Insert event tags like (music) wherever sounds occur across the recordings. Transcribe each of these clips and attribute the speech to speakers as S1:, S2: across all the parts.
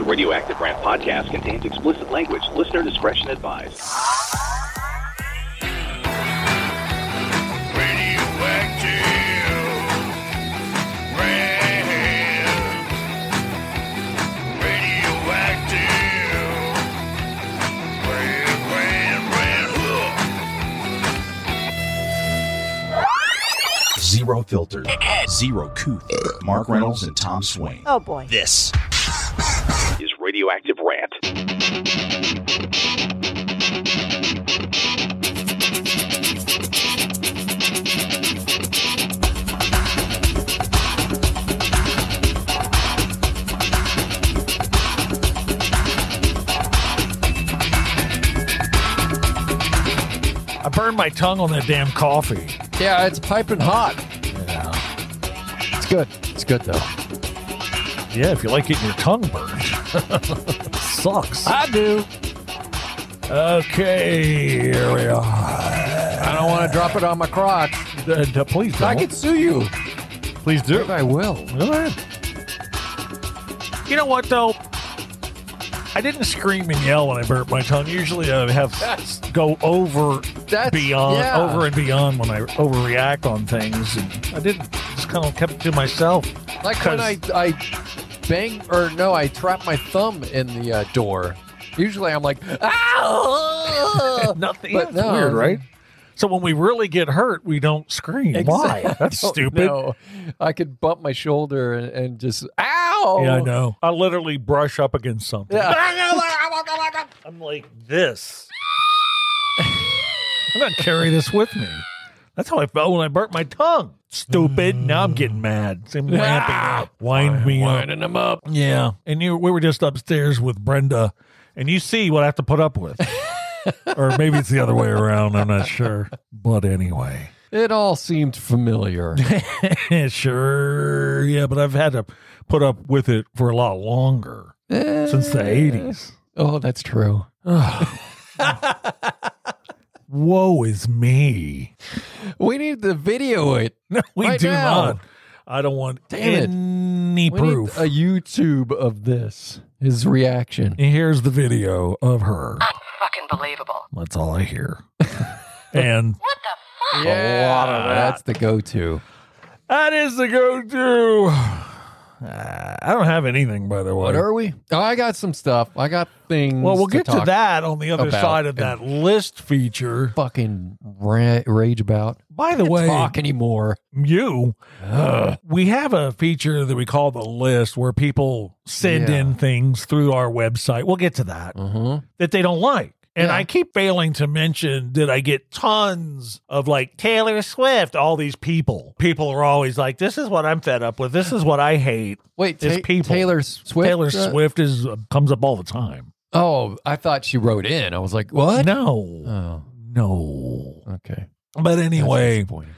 S1: Radioactive Rant podcast contains explicit language. Listener discretion advised.
S2: Zero Filter, Zero Couth, Mark Reynolds and Tom Swain.
S3: Oh boy.
S2: This
S1: Is Radioactive Rant.
S4: I burned my tongue on that damn coffee.
S5: Yeah, it's piping hot. It's good. It's good though.
S4: Yeah, if you like getting your tongue burned, sucks.
S5: I do.
S4: Okay, here we are.
S5: I don't want to drop it on my crotch.
S4: Uh, d- please don't.
S5: I could sue you.
S4: please do.
S5: I will.
S4: Go ahead. You know what though? I didn't scream and yell when I burnt my tongue. Usually, I have
S5: That's-
S4: go over
S5: That's-
S4: beyond,
S5: yeah.
S4: over and beyond when I overreact on things. And I didn't. Just kind of kept it to myself.
S5: Like when I I bang or no, I trap my thumb in the uh, door. Usually I'm like, ah.
S4: Nothing.
S5: But
S4: yeah, it's
S5: no,
S4: weird,
S5: I-
S4: right? So when we really get hurt, we don't scream.
S5: (laughs)
S4: Why? That's stupid.
S5: Oh, No, I could bump my shoulder and, and just ow.
S4: Yeah, I know. I literally brush up against something.
S5: Yeah.
S4: I'm like this. I'm gonna carry this with me. That's how I felt when I burnt my tongue. Stupid.
S5: Mm.
S4: Now I'm getting mad. See, I'm ramping
S5: Ah!
S4: up. Wind me up.
S5: Winding them up.
S4: Yeah. And you, we were just upstairs with Brenda, and you see what I have to put up
S5: (laughs)
S4: with. or maybe it's the other way around. I'm not sure. But anyway. (laughs)
S5: It all seemed familiar.
S4: sure. Yeah, but I've had to put up with it for a lot longer (laughs) since the 80s.
S5: Oh, that's true.
S4: Woe is me. (laughs)
S5: We need to video it.
S4: No, we
S5: Right
S4: do
S5: now.
S4: not. I don't want
S5: Damn
S4: any
S5: We need
S4: proof.
S5: a YouTube of this. His reaction.
S4: And Here's the video of her.
S6: Fucking believable.
S4: That's all I hear. (laughs) and
S6: What the fuck?
S5: Yeah, that's the go-to.
S4: that is the go-to. Uh, (sighs) I don't have anything, by the way.
S5: we? Oh, I got some stuff. I got things.
S4: Well, we'll get to,
S5: talk
S4: that on the other
S5: about
S4: side of
S5: in-
S4: that list feature.
S5: Fucking ra- rage about.
S4: By the way,
S5: Talk anymore.
S4: you. We have a feature that we call the list where people send
S5: Yeah.
S4: in things through our website. We'll get to that
S5: Mhm.
S4: that they don't like. And
S5: Yeah.
S4: I keep failing to mention that I get tons of like Taylor Swift, all these people. People are always like, this is what I'm fed up with. This is what I hate.
S5: Wait,
S4: It's
S5: Ta-
S4: people.
S5: Taylor Swift.
S4: Taylor
S5: uh,
S4: Swift is comes up all the time.
S5: oh, I thought she wrote in. I was like, what?
S4: No.
S5: Oh,
S4: no.
S5: okay.
S4: But
S5: That's
S4: anyway,
S5: disappointing.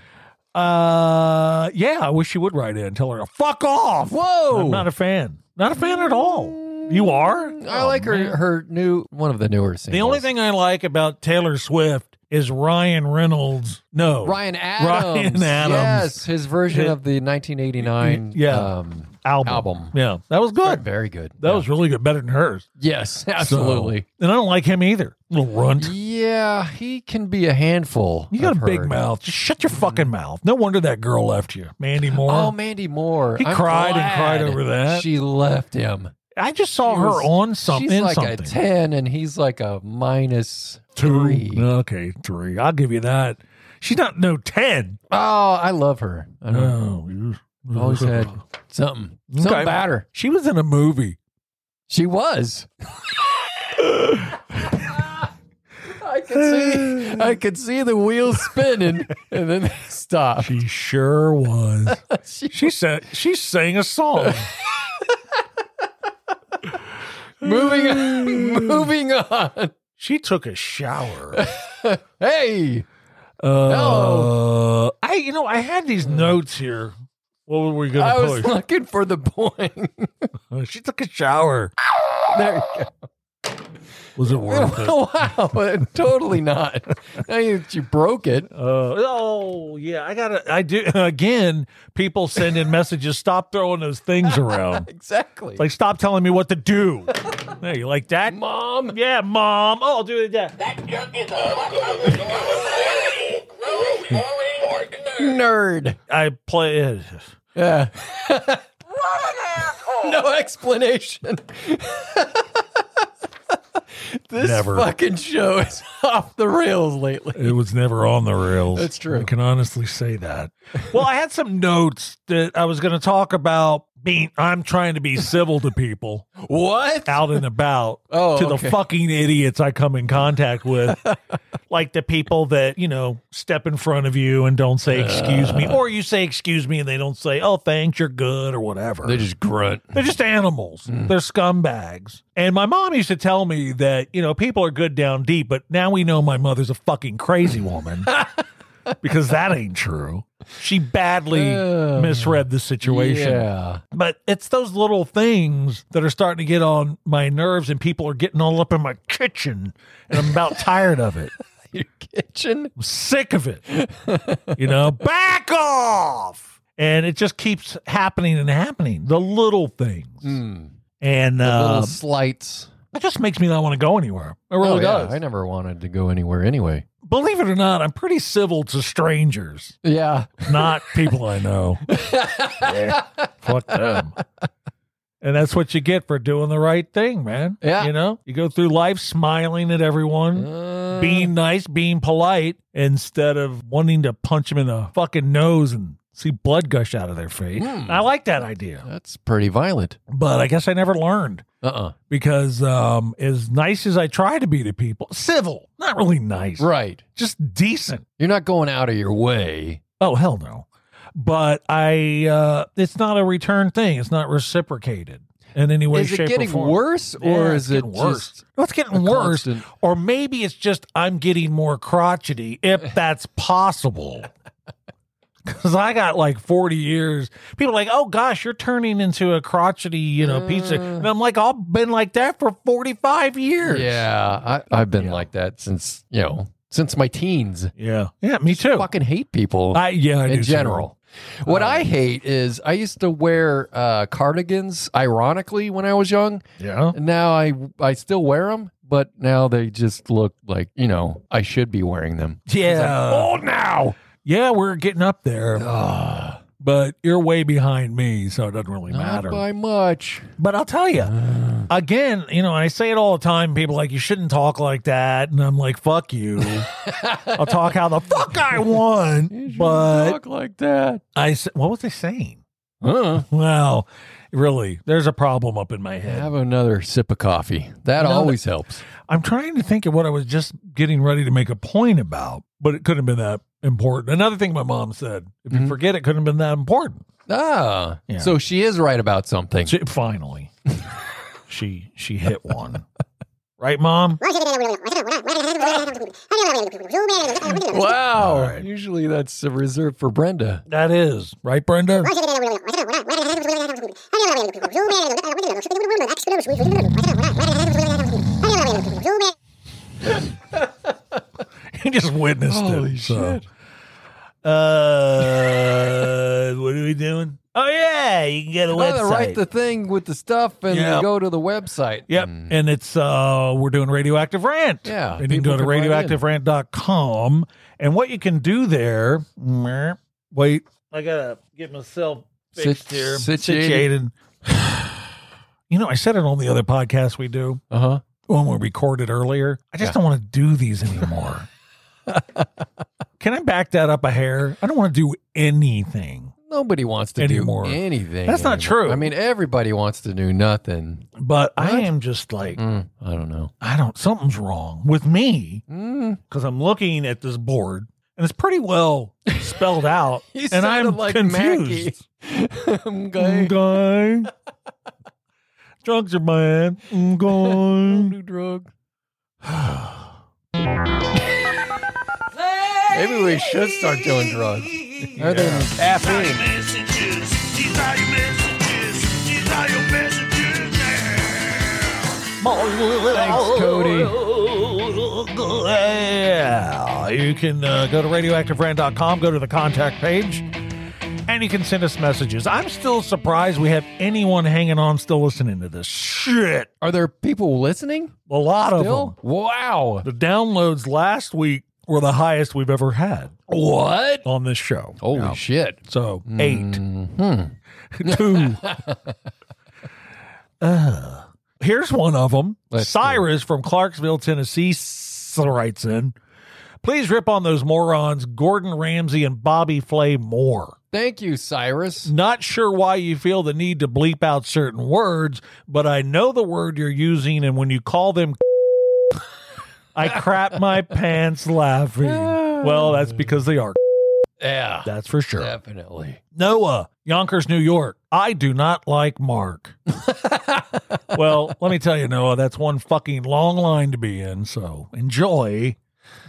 S4: uh yeah, I wish you would write in and tell her, fuck off.
S5: Whoa!
S4: I'm not a fan. Not a fan at all. You are?
S5: I like
S4: Oh,
S5: her.
S4: man.
S5: Her new one of the newer singles.
S4: The only thing I like about Taylor Swift is Ryan Reynolds. No.
S5: Ryan Adams.
S4: Oh. Ryan Adams.
S5: Yes, his version
S4: Yeah.
S5: of the 1989
S4: Yeah.
S5: um,
S4: album.
S5: album.
S4: Yeah. That was good.
S5: Very good.
S4: That was really good. Better than hers.
S5: yes, (laughs) absolutely.
S4: So- and I don't like him either. Little runt.
S5: Yeah, he can be a handful.
S4: You got
S5: I've
S4: a big
S5: heard.
S4: mouth. Just shut your fucking mouth. No wonder that girl left you. Mandy Moore.
S5: Oh, Mandy Moore.
S4: He
S5: I'm
S4: cried and cried
S5: glad
S4: over that.
S5: She left him.
S4: I just saw
S5: she
S4: her
S5: was-
S4: on something.
S5: She's like
S4: something.
S5: a ten, and he's like a minus
S4: Two.
S5: three.
S4: Okay, three. I'll give you that. She's not no ten.
S5: Oh, I love her. I don't know.
S4: Oh.
S5: Always had something. Something
S4: Okay.
S5: about her.
S4: (laughs) She was in a movie.
S5: She was. I could see (laughs) I could see the wheels spinning and then they stopped.
S4: She sure was.
S5: She
S4: (laughs) she said she sang a (laughs) song.
S5: Moving on, moving on.
S4: She took a shower.
S5: Hey.
S4: Uh, I you know I had these notes here. What were we
S5: I
S4: gonna Uh,
S5: was
S4: push?
S5: looking for the point.
S4: she took a shower.
S5: there you go.
S4: Was it worth (laughs) it?
S5: (laughs) wow, totally not. Now you, you broke it.
S4: Uh, oh yeah, I gotta. I do (laughs) again. People send in messages. Stop throwing those things (laughs) around.
S5: Exactly.
S4: Like stop telling me what to do. Hey, you like that?
S5: mom.
S4: Yeah, mom. Oh, I'll do it. Yeah.
S5: Nerd.
S4: I play it.
S5: Yeah. no explanation. (laughs) this
S4: Never.
S5: fucking show is (laughs) off the rails lately.
S4: It was never on the rails.
S5: That's true.
S4: I can honestly say that. Well, I had some notes that I was going to talk about. Being, I'm trying to be civil to people
S5: What?
S4: out and about.
S5: (laughs) Oh,
S4: to
S5: okay.
S4: the fucking idiots I come in contact with,
S5: (laughs)
S4: like the people that you know step in front of you and don't say excuse me, or you say excuse me and they don't say oh thanks you're good or whatever.
S5: They just grunt.
S4: They're just animals.
S5: Mm.
S4: They're scumbags. And my mom used to tell me that, you know, people are good down deep, but now we know my mother's a fucking
S5: (laughs)
S4: crazy woman because that ain't true. She badly
S5: Uh,
S4: misread the situation.
S5: Yeah. (laughs)
S4: But it's those little things that are starting to get on my nerves, and people are getting all up in my kitchen, and I'm about tired of it.
S5: Your kitchen.
S4: I'm sick of it. You
S5: (laughs)
S4: know, back off. And it just keeps happening and happening. The little things.
S5: Mm.
S4: And
S5: The
S4: uh,
S5: little slights.
S4: it just makes me not want to go anywhere. It really
S5: Oh, yeah,
S4: does.
S5: I never wanted to go anywhere anyway.
S4: Believe it or not, I'm pretty civil to strangers,
S5: Yeah.
S4: not people I
S5: (laughs)
S4: know. Yeah, fuck them. And that's what you get for doing the right thing, man.
S5: Yeah.
S4: You know, you go through life smiling at everyone,
S5: Uh,
S4: being nice, being polite, instead of wanting to punch them in the fucking nose and see blood gush out of their face.
S5: Hmm.
S4: I like that idea,
S5: That's pretty violent.
S4: but I guess I never learned.
S5: Uh-uh.
S4: because um, as nice as I try to be to people, civil, not really nice,
S5: Right.
S4: just decent.
S5: You're not going out of your way.
S4: Oh hell no! But I, uh, it's not a return thing. It's not reciprocated in any way,
S5: is
S4: shape,
S5: it getting
S4: or form.
S5: worse
S4: Yeah,
S5: or
S4: it's
S5: is it
S4: getting worse?
S5: just
S4: No, it's getting
S5: a
S4: worse,
S5: constant-
S4: or maybe it's just I'm getting more crotchety,
S5: (laughs)
S4: if that's possible. (laughs) Because I got like 40 years. People are like, oh gosh, you're turning into a crotchety, you know, pizza.
S5: Uh.
S4: And I'm like, I've been like that for 45 years.
S5: Yeah, I, I've been
S4: Yeah.
S5: like that since you know since my teens.
S4: Yeah. Yeah, me too.
S5: Fucking hate people
S4: Oh. I yeah, I do
S5: in
S4: too. Oh,
S5: general. What I hate is I used to wear uh, cardigans. Ironically, when I was young,
S4: Yeah.
S5: and now I I still wear them, but now they just look like you know I should be wearing them.
S4: Yeah.
S5: Old now.
S4: yeah, we're getting up there,
S5: Ugh,
S4: but you're way behind me, so it doesn't really
S5: not
S4: matter.
S5: by much.
S4: But I'll tell you, again, you know, I say it all the time. People are like you shouldn't talk like that, and I'm like, fuck
S5: (laughs)
S4: you. I'll talk how the fuck I
S5: You
S4: want.
S5: shouldn't
S4: But
S5: talk like that.
S4: I, s- what was I saying?
S5: Huh.
S4: Wow, really, there's a problem up in my head.
S5: Have another sip of coffee. That
S4: No,
S5: always helps.
S4: I'm trying to think of what I was just getting ready to make a point about, but it couldn't have been that important. Another thing my mom said: if you
S5: Mhm.
S4: forget, it couldn't have been that important.
S5: Ah,
S4: Yeah.
S5: so she is right about something.
S4: She,
S5: (laughs)
S4: finally, she she hit one. Right, mom?
S5: Wow.
S4: All right.
S5: Usually that's uh, reserved for Brenda.
S4: That is right, Brenda. (laughs) You just witnessed it. so. Uh, what are we doing? Oh yeah, you can get a
S5: Well,
S4: website.
S5: they write the thing with the stuff and
S4: Yep.
S5: they go to the website.
S4: Yep.
S5: Mm.
S4: And it's uh we're doing Radioactive Rant.
S5: Yeah,
S4: And you can go to
S5: people can write in.
S4: radioactiverant.com and what you can do there mer- wait. I gotta get myself fixed
S5: Sit-
S4: here.
S5: situated.
S4: (sighs) you know, I said it on the other podcast we do,
S5: Uh huh.
S4: when we recorded earlier. I just
S5: Yeah.
S4: don't want to do these
S5: (laughs)
S4: anymore. can I back that up a hair? I don't want to do anything.
S5: Nobody wants to
S4: Anymore.
S5: do anything.
S4: That's not
S5: anymore.
S4: true.
S5: I mean, everybody wants to do nothing.
S4: But I
S5: What?
S4: am just like,
S5: Mm, I don't know.
S4: I don't something's wrong with me.
S5: Mm.
S4: because I'm looking at this board and it's pretty well spelled
S5: (laughs)
S4: out, and I'm confused.
S5: Mackie. (laughs) I'm going.
S4: Okay.
S5: (laughs)
S4: Drugs are bad. Mm,
S5: Don't
S4: Okay.
S5: do (sighs) drugs. Maybe we should start doing drugs. Other than caffeine.
S4: My
S5: Oh.
S4: Thanks, Cody. Yeah. You can uh, go to radioactivefriend.com, go to the contact page, and you can send us messages. I'm still surprised we have anyone hanging on still listening to this shit.
S5: Are there people listening?
S4: A lot of them.
S5: Still? Wow.
S4: The downloads last week were the highest we've ever had
S5: What?
S4: on this show.
S5: Holy
S4: Yeah.
S5: shit.
S4: So 8 two. Uh, here's one of them.
S5: Let's do it.
S4: Cyrus from Clarksville, Tennessee, s- writes in. Please rip on those morons, Gordon Ramsay and Bobby Flay Moore.
S5: Thank you, Cyrus.
S4: Not sure why you feel the need to bleep out certain words, but I know the word you're using, and when you call them, (laughs) I crap my pants laughing. Well, that's because they are.
S5: Yeah.
S4: That's for sure.
S5: Definitely.
S4: Noah, Yonkers, New York. I do not like Mark. well, let me tell you, Noah, that's one fucking long line to be in. So enjoy.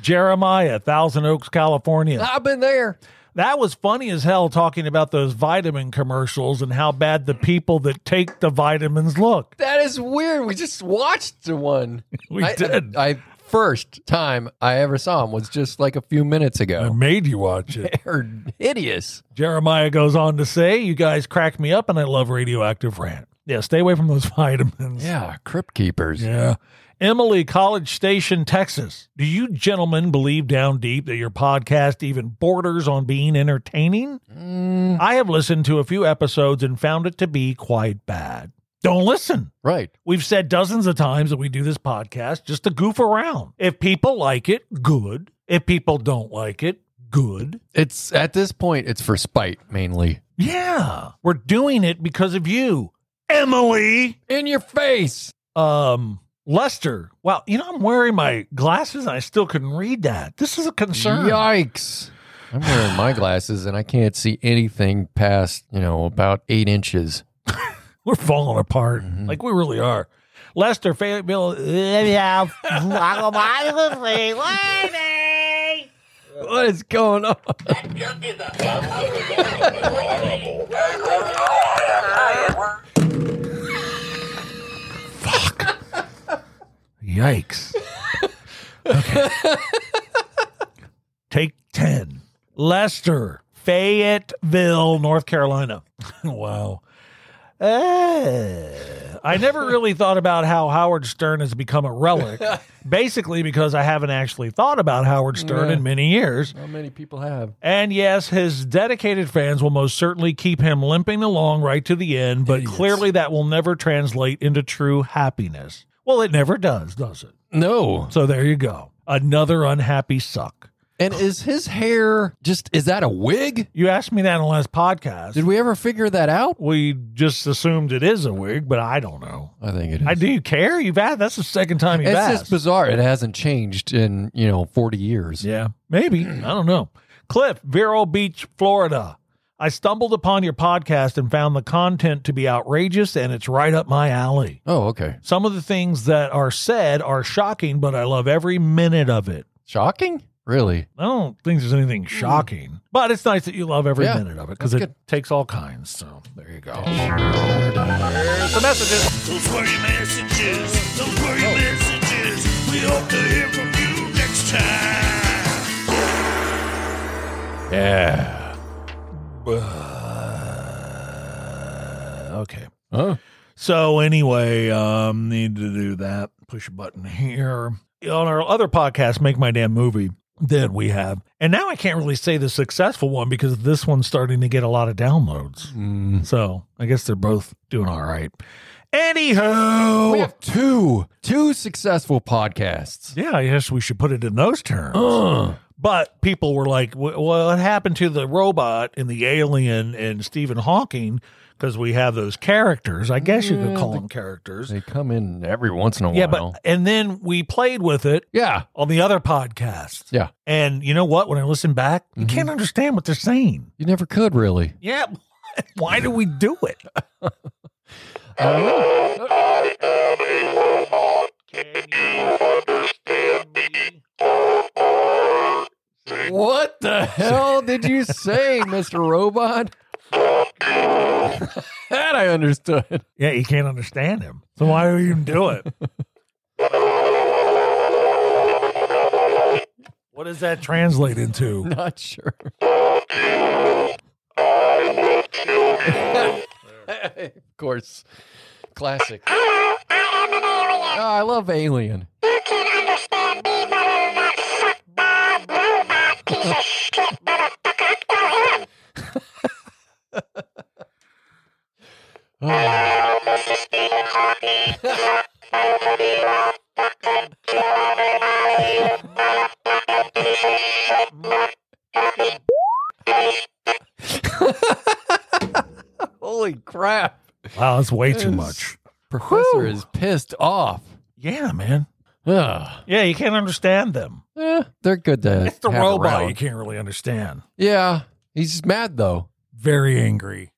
S4: Jeremiah, Thousand Oaks, California.
S5: I've been there.
S4: That was funny as hell talking about those vitamin commercials and how bad the people that take the vitamins look.
S5: That is weird. We just watched the (laughs) one.
S4: We
S5: I,
S4: did. I,
S5: I, first time I ever saw him was just like a few minutes ago.
S4: made you watch it.
S5: (laughs) They're hideous.
S4: Jeremiah goes on to say, You guys crack me up and I love radioactive rant. Yeah, stay away from those (laughs) vitamins.
S5: Yeah, crypt keepers.
S4: Yeah. Emily, College Station, Texas. Do you gentlemen believe down deep that your podcast even borders on being entertaining? I have listened to a few episodes and found it to be quite bad. Don't listen.
S5: Right.
S4: We've said dozens of times that we do this podcast just to goof around. If people like it, good. If people don't like it, good.
S5: It's at this point, it's for spite mainly.
S4: Yeah. We're doing it because of you, Emily.
S5: In your face.
S4: um Lester. Wow, you know I'm wearing my glasses and I still couldn't read that. This is a concern.
S5: Yikes. I'm wearing my glasses and I can't see anything past, you know, about eight inches.
S4: We're falling apart. Like we really are. Lester (laughs) Fayetteville.
S5: What is going on?
S4: Yikes. Okay. (laughs) Take 10. Lester, Fayetteville, North Carolina. (laughs) wow. Uh, I never really thought about how Howard Stern has become a (laughs) relic, basically because I haven't actually thought about Howard Stern in many years.
S5: How many people have?
S4: And yes, his dedicated fans will most certainly keep him limping along right to the end, but clearly that will never translate into true happiness. Well, it never does, does it?
S5: No.
S4: So there you go. Another unhappy suck.
S5: And is his hair just, is that a wig?
S4: You asked me that in the last podcast.
S5: Did we ever figure that out?
S4: we just assumed it is a wig, but I don't know.
S5: I think it is.
S4: I do you care? You've asked. That's the second time you've
S5: It's
S4: asked.
S5: just bizarre. It hasn't changed in, you know, 40 years.
S4: Yeah, maybe. I don't know. Cliff, Vero Beach, Florida. I stumbled upon your podcast and found the content to be outrageous, and it's right up my alley.
S5: Oh, okay.
S4: Some of the things that are said are shocking, but I love every minute of it.
S5: Shocking? Really?
S4: I don't think there's anything shocking, but it's nice that you love every
S5: Mm. Yeah,
S4: minute of it because it
S5: that's
S4: takes all kinds. So there you go.
S3: Those were your messages. Those were your messages. We hope to hear from you next time.
S5: Yeah.
S4: Uh, Okay.
S5: Huh?
S4: So anyway, um, need to do that. Push a button here. On our other podcast, Make My Damn Movie, that we have. And now I can't really say the successful one because this one's starting to get a lot of downloads.
S5: Hmm. Mm.
S4: So I guess they're both doing all right. Anywho.
S5: We have two, two successful podcasts.
S4: yeah, I guess we should put it in those terms.
S5: Oh,
S4: But people were like, "Wh- what happened to the robot and the alien and Stephen Hawking? Because we have those characters. I guess you could call them characters.
S5: They come in every once in a
S4: Yeah,
S5: while.
S4: but and then we played with it
S5: yeah.
S4: on the other podcast.
S5: Yeah.
S4: And you know what? When I listen back, you can't understand what they're saying.
S5: You never could really.
S4: Yeah. (laughs) Why do we do it?
S5: What the hell did you say, Mr. Robot? (laughs) that I understood.
S4: Yeah, you can't understand him. So why do we even do it? What does that translate into?
S5: (laughs) Not sure. (laughs) of course. Classic. Oh, I love Alien. Oh, holy crap.
S4: Wow, that's way too much.
S5: Professor
S4: Whew.
S5: is pissed off.
S4: Yeah, man.
S5: Ugh.
S4: Yeah, you can't understand them.
S5: Eh, they're good to
S4: It's the
S5: have
S4: robot you
S5: around.
S4: can't really understand.
S5: Yeah. He's mad though.
S4: Very angry.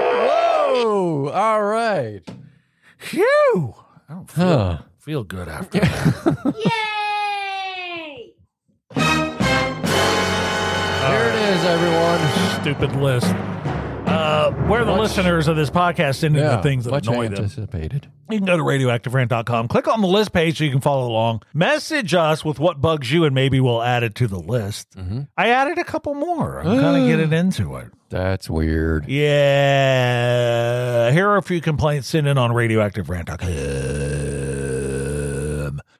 S5: Whoa! All right.
S4: Phew. I don't feel,
S5: Huh.
S4: feel good after
S5: (laughs) Here it is, everyone.
S4: that stupid list. Uh, where the
S5: Much-
S4: listeners of this podcast into the things that
S5: much
S4: annoy them.
S5: anticipated.
S4: You can go to radioactiverant.com, click on the list page so you can follow along. Message us with what bugs you, and maybe we'll add it to the list.
S5: Mhm.
S4: I added a couple more.
S5: (gasps)
S4: I'm kind of getting into it.
S5: That's weird.
S4: Yeah. Here are a few complaints sent in on radioactiverant.com.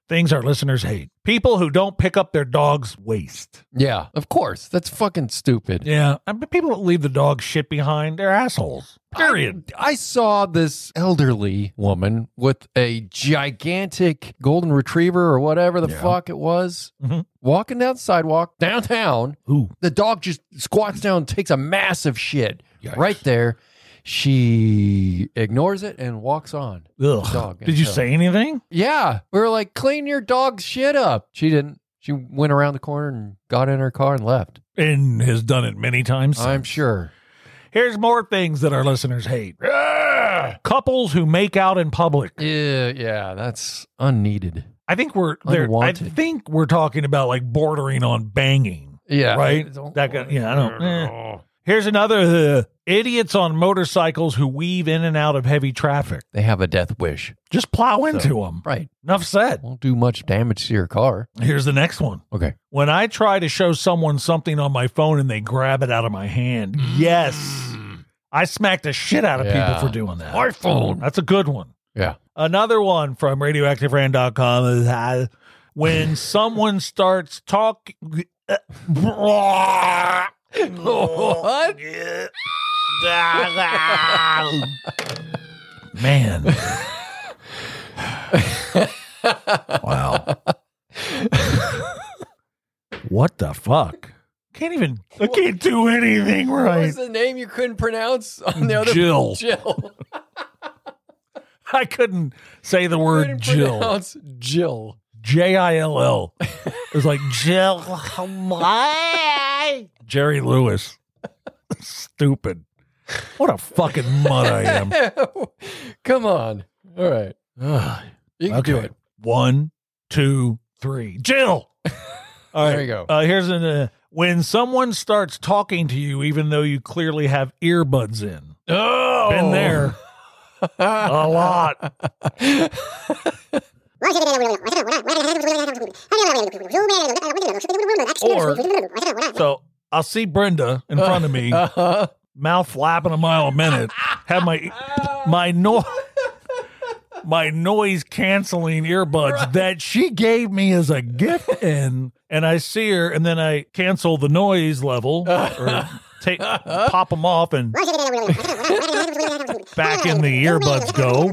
S4: Things our listeners hate people who don't pick up their dog's waste.
S5: Yeah, of course. That's fucking stupid.
S4: Yeah. I mean, people that leave the dog shit behind, they're assholes. Period.
S5: I saw this elderly woman with a gigantic golden retriever or whatever the fuck it was
S4: Mhm.
S5: walking down the sidewalk downtown.
S4: Ooh.
S5: The dog just squats down, takes a massive shit
S4: Yikes.
S5: right there. She ignores it and walks on.
S4: Ugh.
S5: Dog
S4: Did you
S5: and-
S4: say anything?
S5: Yeah. We were like, clean your dog's shit up. She didn't. She went around the corner and got in her car and left.
S4: And has done it many times.
S5: I'm sure.
S4: Here's more things that our listeners hate. Couples who make out in public.
S5: Yeah, yeah, that's unneeded.
S4: I think we're there. I
S5: Unwanted.
S4: think we're talking about like bordering on banging.
S5: Yeah.
S4: Right? That guy, yeah, I don't. eh. Here's another uh, idiots on motorcycles who weave in and out of heavy traffic.
S5: They have a death wish.
S4: Just plow into them.
S5: Right.
S4: Enough said.
S5: Won't do much damage to your car.
S4: Here's the next one.
S5: Okay.
S4: When I try to show someone something on my phone and they grab it out of my hand. Yes. I smacked the shit out of
S5: Yeah.
S4: people for doing that.
S5: iPhone.
S4: That's a good one.
S5: Yeah.
S4: Another one from radioactiverand.com is uh,
S5: (laughs)
S4: when someone starts talking. (laughs)
S5: What?
S4: (laughs) Man. wow. what the fuck? Can't even. I can't do anything
S5: What
S4: right.
S5: was the name you couldn't pronounce on the other
S4: Jill.
S5: (laughs) Jill.
S4: I couldn't say the word
S5: Couldn't
S4: Jill.
S5: pronounce Jill.
S4: J I L L. It was like Jill. Jerry Lewis. Stupid. What a fucking mutt I (laughs) am.
S5: (laughs) Come on. All right.
S4: (sighs) Ugh.
S5: You can do it.
S4: One, two, three. Jill. All right.
S5: There you go.
S4: Uh, here's an. Uh, when someone starts talking to you, even though you clearly have earbuds in,
S5: Oh.
S4: been
S5: (laughs)
S4: there a lot.
S5: Or-
S4: So I'll see Brenda in front of me,
S5: (laughs) Uh-huh.
S4: mouth flapping a mile a minute, have my my no my noise canceling earbuds that she gave me as a
S5: (laughs)
S4: gift and and I see her and then I cancel the noise level
S5: Uh-huh.
S4: or take pop them off and back in the
S5: Oh,
S4: earbuds go.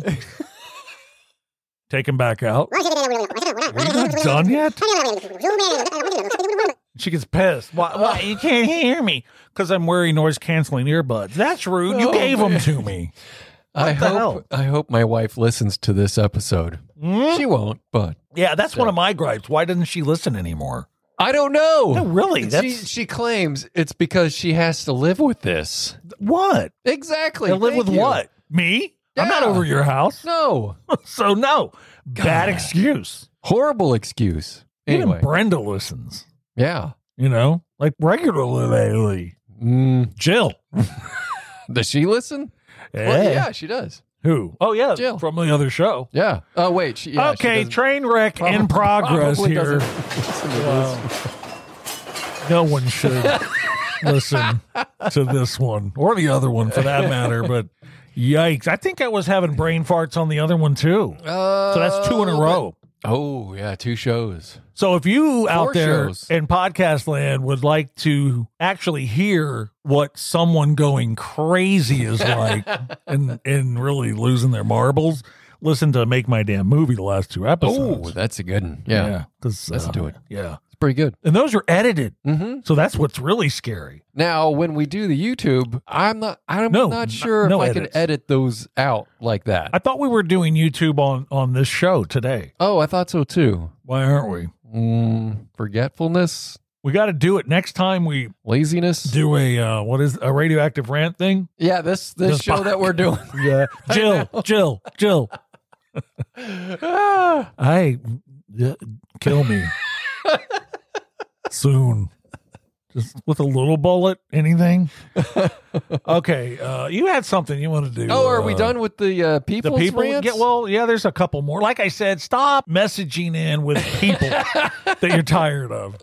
S4: Take them back out. Are you not done yet? She gets pissed. Why, why you can't hear me? Because I'm wearing noise canceling earbuds. That's rude. You
S5: Oh,
S4: gave them
S5: man.
S4: to me.
S5: I
S4: the
S5: hope
S4: hell?
S5: I hope my wife listens to this episode.
S4: Mm?
S5: She won't, but
S4: Yeah, that's one of my gripes. Why doesn't she listen anymore?
S5: I don't know.
S4: No, really.
S5: She,
S4: That's
S5: she claims it's because she has to live with this.
S4: what.
S5: Exactly.
S4: They live
S5: Thank
S4: with
S5: you.
S4: what? Me? I'm not
S5: Yeah.
S4: over your house.
S5: No.
S4: So no. Bad
S5: God.
S4: excuse.
S5: Horrible excuse. Anyway.
S4: Even Brenda listens,
S5: yeah.
S4: you know, like regularly.
S5: Mm,
S4: Jill.
S5: does she listen?
S4: Yeah.
S5: Well, yeah, she does.
S4: Who? Oh yeah,
S5: Jill.
S4: from the other show.
S5: Yeah. Oh wait. She, yeah, she
S4: okay,
S5: doesn't-
S4: train wreck
S5: prob-
S4: in progress
S5: probably
S4: here.
S5: (laughs) doesn't listen to this.
S4: Wow. No one should (laughs) listen to this one or the other one for that matter, but yikes. I think I was having brain farts on the other one too. So that's two in a
S5: Uh,
S4: row.
S5: Oh yeah, two shows.
S4: So if you out there
S5: shows.
S4: in podcast land would like to actually hear what someone going crazy
S5: (laughs)
S4: is like and and really losing their marbles, listen to Make My Damn Movie the last two
S5: Oh,
S4: episodes.
S5: that's a good one. Yeah,
S4: Let's
S5: Listen to it.
S4: Yeah.
S5: it's pretty good.
S4: And those are edited.
S5: hmm
S4: So that's what's really scary.
S5: Now, when we do the YouTube, I'm not. I'm
S4: No,
S5: not
S4: n-
S5: sure
S4: no
S5: if I
S4: edits.
S5: can edit those out like that.
S4: I thought we were doing YouTube on on this show today.
S5: oh, I thought so too.
S4: Why aren't we?
S5: Mm, forgetfulness,
S4: We got to do it next time we
S5: laziness.
S4: do a uh, what is a radioactive rant thing?
S5: yeah, this this
S4: This
S5: show
S4: bo-
S5: that we're doing.
S4: Yeah, (laughs) Jill, Jill, Jill.
S5: Ah,
S4: I yeah, kill me soon. Just with a little bullet, anything. Okay, uh, you had something you wanted to do.
S5: oh, are we
S4: uh,
S5: done with the uh,
S4: The
S5: people's
S4: people
S5: rants?
S4: Yeah, well, yeah. There's a couple more. Like I said, stop messaging in with
S5: (laughs)
S4: people that you're tired of.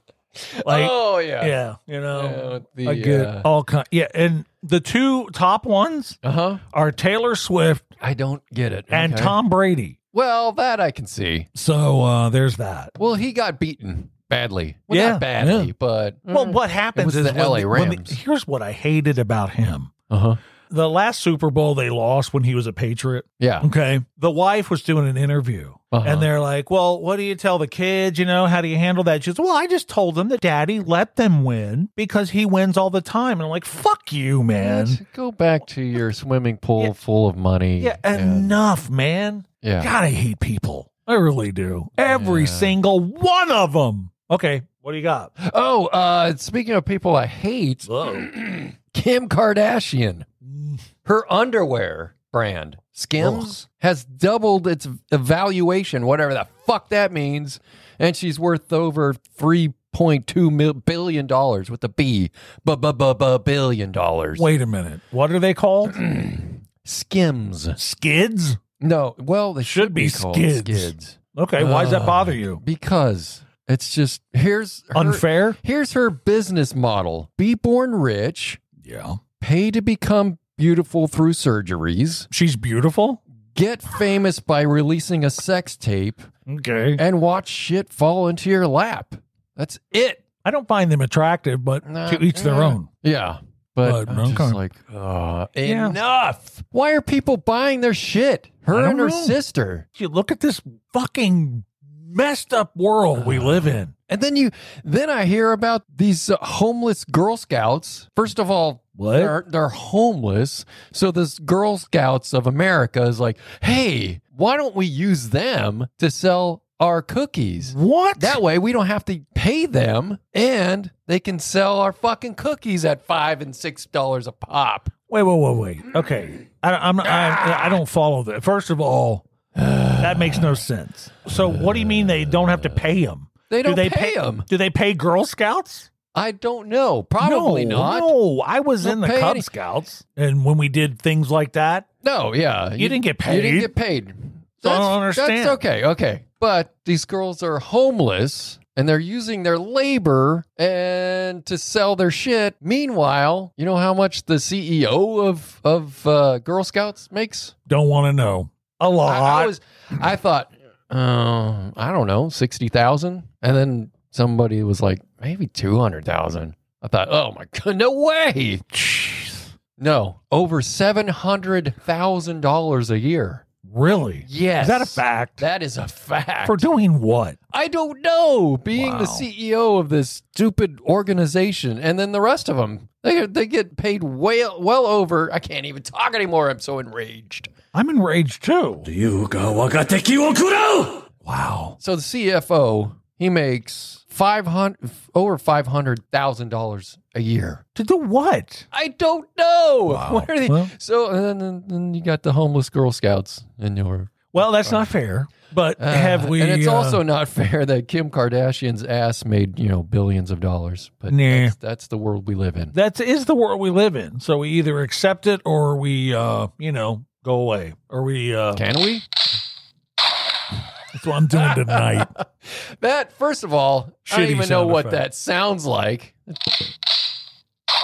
S4: Like,
S5: oh yeah,
S4: yeah, you
S5: Yeah,
S4: know,
S5: with the,
S4: I get
S5: uh,
S4: all kind. Yeah, and the two top ones
S5: Uh huh.
S4: are Taylor Swift
S5: I don't get it.
S4: and
S5: Okay.
S4: Tom Brady.
S5: Well, that I can see.
S4: So uh, there's that.
S5: Well, he got beaten badly. Well,
S4: Yeah,
S5: not badly,
S4: yeah.
S5: but
S4: Well, what happens
S5: Mm. was
S4: is
S5: the
S4: when
S5: LA
S4: when
S5: Rams.
S4: here's what I hated about him.
S5: Uh huh.
S4: The last Super Bowl they lost when he was a Patriot.
S5: Yeah.
S4: Okay. The wife was doing an interview
S5: Uh-huh.
S4: and they're like, Well, what do you tell the kids? You know, how do you handle that? She says, Well, I just told them that daddy let them win because he wins all the time. And I'm like, Fuck you, man.
S5: Go back to your swimming pool
S4: Yeah.
S5: full of money.
S4: Yeah,
S5: and-
S4: enough, man.
S5: yeah.
S4: God, I hate people. I really do. Every
S5: Yeah.
S4: single one of them. Okay. What do you got?
S5: Oh, uh, speaking of people I hate, (clears throat) Kim Kardashian,
S4: Mm.
S5: her underwear brand Skims has doubled its evaluation, whatever the fuck that means, and she's worth over three point two mil- billion dollars with a B, bu- bu- bu- bu- billion dollars.
S4: Wait a minute. What are they
S5: (clears throat)
S4: called?
S5: Skims.
S4: Skids?
S5: No, well, they
S4: Should
S5: should,
S4: be
S5: be, called
S4: skids.
S5: skids.
S4: Okay, why does that
S5: Ugh.
S4: bother you?
S5: because it's just here's her,
S4: Unfair?
S5: Here's her business model: be born rich,
S4: Yeah.
S5: pay to become beautiful through surgeries,
S4: She's beautiful?
S5: get famous by releasing a sex tape,
S4: Okay.
S5: and watch shit fall into your lap. That's it.
S4: I don't find them attractive, but
S5: Nah,
S4: to each their
S5: yeah.
S4: own.
S5: Yeah. But
S4: But
S5: I'm
S4: no
S5: just
S4: kind.
S5: like, uh,
S4: Yeah.
S5: enough. Why are people buying their shit?
S4: I
S5: Her
S4: don't
S5: and her
S4: know.
S5: sister.
S4: You look at this fucking messed up world we live in.
S5: And then you, then I hear about these uh, homeless Girl Scouts. First of all,
S4: What?
S5: They're, they're homeless. So this Girl Scouts of America is like, hey, why don't we use them to sell our cookies?
S4: What?
S5: That way we don't have to pay them, and they can sell our fucking cookies at five and six dollars a pop.
S4: wait, wait, wait, wait. Okay. I, I'm, I, I don't follow that. First of all, that makes no sense. So, what do you mean they don't have to pay them?
S5: They don't
S4: do they
S5: pay them.
S4: Do they pay Girl Scouts?
S5: I don't know. Probably
S4: no,
S5: not.
S4: No, I was
S5: Don't
S4: in the
S5: pay
S4: Cub
S5: any-
S4: Scouts, and when we did things like that,
S5: No, yeah.
S4: You didn't get
S5: You
S4: paid.
S5: didn't get paid.
S4: So I don't understand.
S5: That's okay. Okay. But these girls are homeless and they're using their labor and to sell their shit. Meanwhile, you know how much the CEO of of uh, Girl Scouts makes?
S4: don't want to know. A
S5: I,
S4: lot.
S5: I was I thought, uh, I don't know, 60,000. And then somebody was like, maybe 200,000. I thought, "Oh my (laughs) god, no way." No, over $700,000 a year.
S4: Really?
S5: Yes.
S4: Is that a fact?
S5: That is a fact.
S4: For doing what?
S5: I don't know. Being
S4: Wow.
S5: the CEO of this stupid organization, and then the rest of them, they they get paid way well over. I can't even talk anymore. I'm so enraged.
S4: I'm enraged too. Wow.
S5: So the CFO he makes five hundred over five hundred thousand dollars a year.
S4: To do what?
S5: I don't know.
S4: Wow.
S5: (laughs) Where are they?
S4: Well-
S5: so and then, then you got the homeless Girl Scouts and your
S4: Well, that's not fair. But have
S5: Uh,
S4: we?
S5: And it's
S4: uh,
S5: also not (laughs) fair that Kim Kardashian's ass made you know billions of dollars. But
S4: Nah.
S5: that's, that's the world we live in.
S4: that's is the world we live in. So we either accept it or we, uh, you know, go away. Or we.
S5: (laughs)
S4: Uh,
S5: Can we?
S4: That's what I'm doing
S5: (laughs)
S4: tonight.
S5: That first of all, I
S4: Shitty
S5: don't even know
S4: sound
S5: what
S4: effect.
S5: that sounds like.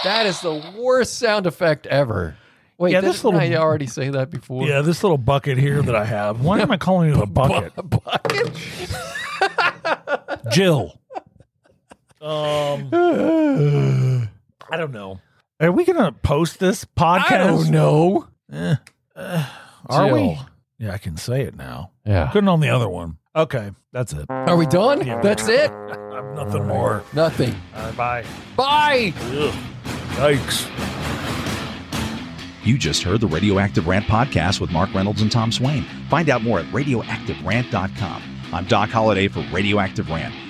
S5: That is the worst sound effect ever. Wait,
S4: Yeah,
S5: didn't
S4: this little-
S5: I already say that before?
S4: yeah, this little bucket here that I have. Why am I calling
S5: (laughs)
S4: it a bucket?
S5: Bu- bucket. (sighs)
S4: Jill. Um, I don't know. Are we gonna post this podcast?
S5: I don't know.
S4: Eh, eh, are we?
S5: Jill.
S4: Yeah, I can say it now.
S5: Yeah.
S4: Couldn't on the other one. Okay, that's it.
S5: Are we done?
S4: Yeah.
S5: That's it.
S4: I'm nothing more.
S5: Nothing.
S4: Uh, bye.
S5: Bye.
S4: Yikes.
S2: You just heard the Radioactive Rant podcast with Mark Reynolds and Tom Swain. Find out more at radioactiverant.com. I'm Doc Holliday for Radioactive Rant.